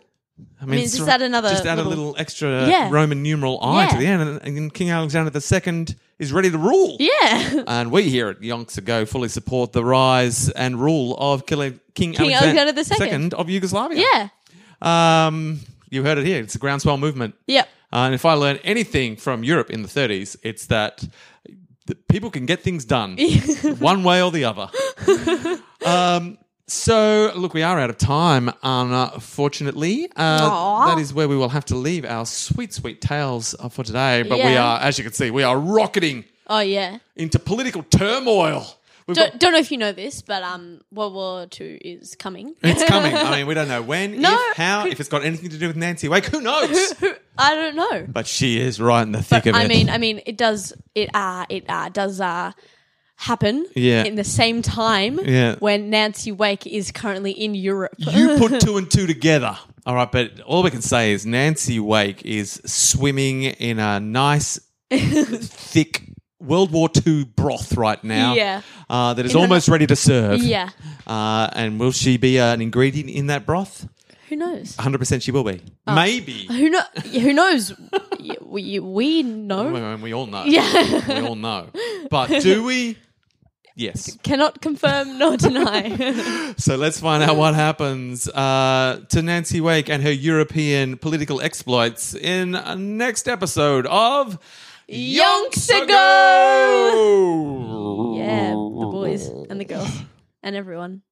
[SPEAKER 1] I mean,
[SPEAKER 2] just
[SPEAKER 1] it's-
[SPEAKER 2] add another
[SPEAKER 1] just add a
[SPEAKER 2] little-
[SPEAKER 1] little extra
[SPEAKER 2] Yeah.
[SPEAKER 1] Roman numeral I to
[SPEAKER 2] Yeah.
[SPEAKER 1] the end, and, and King Alexander II is ready to rule.
[SPEAKER 2] Yeah.
[SPEAKER 1] And we here at Yonks Ago fully support the rise and rule of King, King,
[SPEAKER 2] Alexander
[SPEAKER 1] Alexander
[SPEAKER 2] the Second.
[SPEAKER 1] of Yugoslavia.
[SPEAKER 2] Yeah.
[SPEAKER 1] Um, you heard it here. It's a groundswell movement.
[SPEAKER 2] Yeah.
[SPEAKER 1] Uh, and if I learn anything from Europe in the 30s, it's that th- people can get things
[SPEAKER 2] <laughs>
[SPEAKER 1] done one way or the other. um, so, look, we are out of time, unfortunately. Uh,
[SPEAKER 2] Aw.
[SPEAKER 1] that is where we will have to leave our sweet, sweet tales uh, for today. But we
[SPEAKER 2] Yeah.
[SPEAKER 1] are, as you can see, we are rocketing
[SPEAKER 2] Oh yeah.
[SPEAKER 1] into political turmoil. We've
[SPEAKER 2] <laughs> Don't, don't know if you know this, but um, World War Two is coming.
[SPEAKER 1] it's coming. I mean, we don't know when,
[SPEAKER 2] <laughs> No.
[SPEAKER 1] if, how, if it's got anything to do with Nancy Wake. Who knows?
[SPEAKER 2] <laughs> I don't know.
[SPEAKER 1] but she is right in the thick of it.
[SPEAKER 2] I mean, I mean, it does. It uh, it uh, does uh, happen.
[SPEAKER 1] Yeah.
[SPEAKER 2] In the same time.
[SPEAKER 1] Yeah.
[SPEAKER 2] When Nancy Wake is currently in Europe.
[SPEAKER 1] you put <laughs> two and two together. All right, but all we can say is Nancy Wake is swimming in a
[SPEAKER 2] <laughs>
[SPEAKER 1] nice, thick World War II broth right now.
[SPEAKER 2] Yeah.
[SPEAKER 1] Uh, that is
[SPEAKER 2] In the-
[SPEAKER 1] almost ready to serve.
[SPEAKER 2] <laughs> yeah.
[SPEAKER 1] Uh, and will she be an ingredient in that broth?
[SPEAKER 2] Who knows?
[SPEAKER 1] 100% she will be.
[SPEAKER 2] Oh.
[SPEAKER 1] Maybe.
[SPEAKER 2] Who know? Who knows? Y- we, we know.
[SPEAKER 1] Well, We all know.
[SPEAKER 2] Yeah.
[SPEAKER 1] We all know. But do we? Yes.
[SPEAKER 2] <laughs> Cannot confirm nor deny. <laughs>
[SPEAKER 1] So let's find out what happens uh, to Nancy Wake and her European political exploits in uh, next episode of
[SPEAKER 2] Yonks
[SPEAKER 1] Yonks Ago!
[SPEAKER 2] yeah. The boys and the girls. and everyone.